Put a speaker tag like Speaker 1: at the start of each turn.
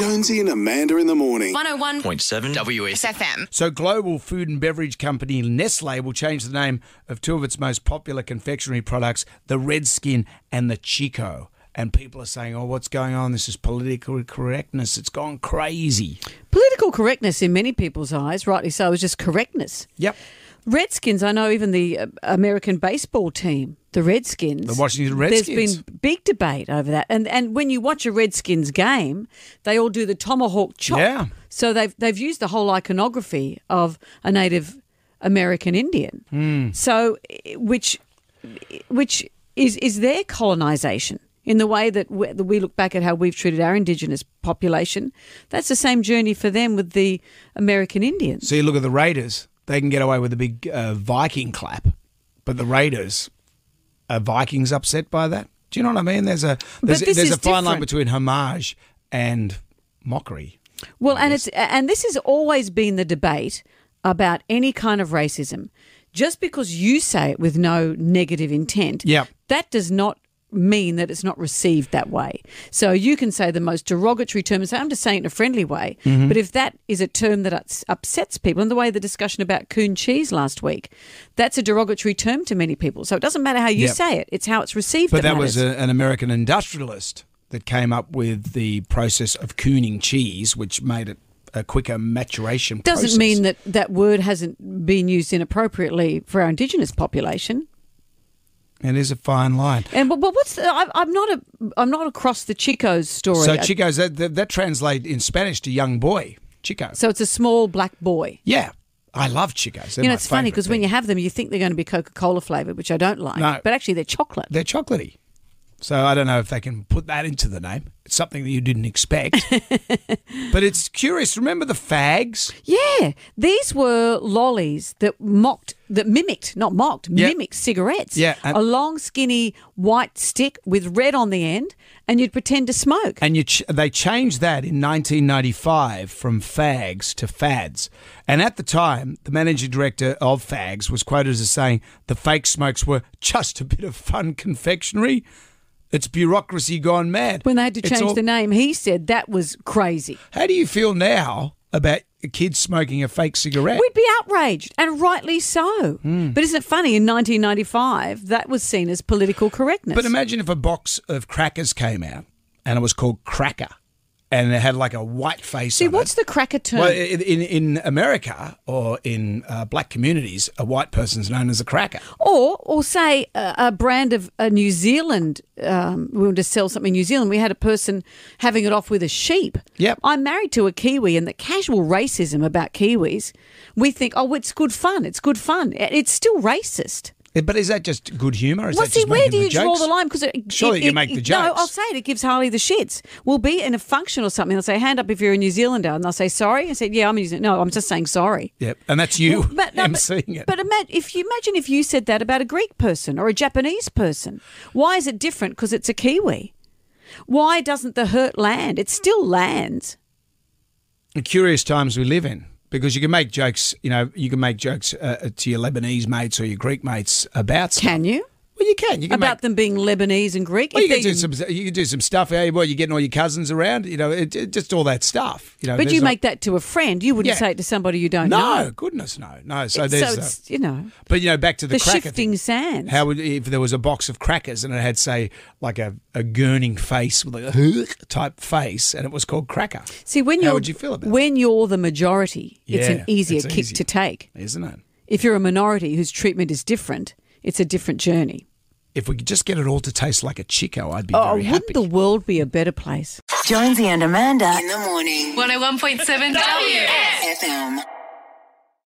Speaker 1: Jonesy and Amanda in the morning.
Speaker 2: 101
Speaker 3: 101.7 WS.
Speaker 2: SFM.
Speaker 4: So, global food and beverage company Nestle will change the name of two of its most popular confectionery products, the Redskin and the Chico. And people are saying, oh, what's going on? This is political correctness. It's gone crazy.
Speaker 5: Political correctness in many people's eyes, rightly so, is just correctness.
Speaker 4: Yep.
Speaker 5: Redskins, I know even the uh, American baseball team, the Redskins.
Speaker 4: The Washington
Speaker 5: There's
Speaker 4: Redskins.
Speaker 5: been big debate over that. And and when you watch a Redskins game, they all do the tomahawk chop.
Speaker 4: Yeah.
Speaker 5: So they've they've used the whole iconography of a Native American Indian.
Speaker 4: Hmm.
Speaker 5: So i- which which is is their colonization in the way that we, that we look back at how we've treated our indigenous population. That's the same journey for them with the American Indians.
Speaker 4: So, you look at the Raiders, they can get away with a big uh, Viking clap. But the Raiders, are Vikings upset by that? Do you know what I mean? There's a, there's,
Speaker 5: this
Speaker 4: there's
Speaker 5: is
Speaker 4: a fine line
Speaker 5: different.
Speaker 4: between homage and mockery.
Speaker 5: Well, and it's and this has always been the debate about any kind of racism. Just because you say it with no negative intent,
Speaker 4: Yep.
Speaker 5: that does not mean that it's not received that way. So you can say the most derogatory term and say, I'm just saying it in a friendly way.
Speaker 4: Mm-hmm.
Speaker 5: But if that is a term that ups- upsets people, and the way the discussion about coon cheese last week, that's a derogatory term to many people. So it doesn't matter how you
Speaker 4: Yep.
Speaker 5: say it, it's how it's received.
Speaker 4: But that was
Speaker 5: matters.
Speaker 4: a, an American industrialist that came up with the process of cooning cheese, which made it a quicker maturation
Speaker 5: doesn't
Speaker 4: process.
Speaker 5: mean that that word hasn't been used inappropriately for our indigenous population.
Speaker 4: It is a fine line.
Speaker 5: And but, but what's the, I, I'm not a I'm not across the Chico's story. Uh,
Speaker 4: So
Speaker 5: I-
Speaker 4: chicos, that, that, that translates in Spanish to young boy, chico.
Speaker 5: so it's a small black boy.
Speaker 4: yeah, I love chicos. They're
Speaker 5: you know,
Speaker 4: my
Speaker 5: it's funny
Speaker 4: favourite
Speaker 5: because when
Speaker 4: thing.
Speaker 5: you have them, you think they're going to be Coca Cola flavored, which I don't like.
Speaker 4: No.
Speaker 5: But actually, they're chocolate.
Speaker 4: they're chocolatey. So I don't know if they can put that into the name. It's something that you didn't expect, but it's curious. Remember the fags?
Speaker 5: yeah, these were lollies that mocked, that mimicked, not mocked,
Speaker 4: Yeah.
Speaker 5: mimicked cigarettes.
Speaker 4: Yeah, and-
Speaker 5: a long, skinny white stick with red on the end, and you'd pretend to smoke.
Speaker 4: And you ch- they changed that in 1995 from fags to fads. And at the time, the managing director of fags was quoted as saying the fake smokes were just a bit of fun confectionery. It's bureaucracy gone mad.
Speaker 5: when they had to
Speaker 4: It's
Speaker 5: change
Speaker 4: all-
Speaker 5: the name, he said that was crazy.
Speaker 4: How do you feel now about kids smoking a fake cigarette?
Speaker 5: We'd be outraged, and rightly so.
Speaker 4: Hmm.
Speaker 5: But isn't it funny? In 1995, that was seen as political correctness.
Speaker 4: But imagine if a box of crackers came out and it was called Cracker and it had like a white face
Speaker 5: See,
Speaker 4: on it.
Speaker 5: what's the cracker term?
Speaker 4: Well, in, in in America or in uh, black communities, a white person's known as a cracker.
Speaker 5: or, or say a, a brand of a New Zealand. Um, we wanted to sell something in New Zealand. We had a person having it off with a sheep.
Speaker 4: Yep.
Speaker 5: I'm married to a Kiwi, and the casual racism about Kiwis, we think, oh, it's good fun. It's good fun. It- It's still racist.
Speaker 4: Eh, But is that just good humour? Is
Speaker 5: Well,
Speaker 4: that
Speaker 5: see,
Speaker 4: just
Speaker 5: where
Speaker 4: making
Speaker 5: do you draw
Speaker 4: jokes?
Speaker 5: the line? Because it,
Speaker 4: Surely
Speaker 5: it,
Speaker 4: you
Speaker 5: it-
Speaker 4: make the
Speaker 5: it- No,
Speaker 4: jokes.
Speaker 5: I'll say it. It gives Harley the shits. We'll be in a function or something. They'll say, "Hand up if you're a New Zealander," and they'll say, "Sorry." I said, "Yeah, I'm a New Zealander." No, I'm just saying sorry.
Speaker 4: Yep, and that's you
Speaker 5: Well, but- no, but-
Speaker 4: emceeing it.
Speaker 5: But ima- if you imagine if you said that about a Greek person or a Japanese person, why is it different? Because it's a Kiwi. Why doesn't the hurt land? It's still land.
Speaker 4: The Curious times we live in because you can make jokes. You know, you can make jokes uh, to your Lebanese mates or your Greek mates about stuff.
Speaker 5: Can you?
Speaker 4: Well, you can. You can
Speaker 5: About
Speaker 4: make.
Speaker 5: them being Lebanese and Greek.
Speaker 4: Well,
Speaker 5: If
Speaker 4: you can
Speaker 5: they-
Speaker 4: do some. You can do some stuff. Hey, well, you're getting all your cousins around. You know, it, it- just all that stuff. You know,
Speaker 5: but
Speaker 4: there's
Speaker 5: you
Speaker 4: not-
Speaker 5: make that to a friend. You wouldn't
Speaker 4: Yeah.
Speaker 5: say it to somebody you don't
Speaker 4: No,
Speaker 5: know.
Speaker 4: goodness, no, no. So
Speaker 5: So,
Speaker 4: there's. uh,
Speaker 5: it's you know
Speaker 4: but you know, back to the,
Speaker 5: the,
Speaker 4: cracker
Speaker 5: shifting
Speaker 4: thing.
Speaker 5: sands.
Speaker 4: How would if there was a box of crackers and it had say like a, a gurning face with like a type face and it was called cracker?
Speaker 5: See, when
Speaker 4: How
Speaker 5: you're
Speaker 4: would you feel about
Speaker 5: when you're the majority, it's an
Speaker 4: Yeah,
Speaker 5: easier
Speaker 4: it's
Speaker 5: kick
Speaker 4: easy.
Speaker 5: to take.
Speaker 4: it? Isn't it?
Speaker 5: If you're a minority whose treatment is different, it's a different journey.
Speaker 4: If we could just get it all to taste like a chico, I'd be
Speaker 5: Oh,
Speaker 4: very
Speaker 5: wouldn't
Speaker 4: happy.
Speaker 5: the world be a better place?
Speaker 6: Jonesy and Amanda in the morning.
Speaker 2: 101.7 WS.
Speaker 6: FM.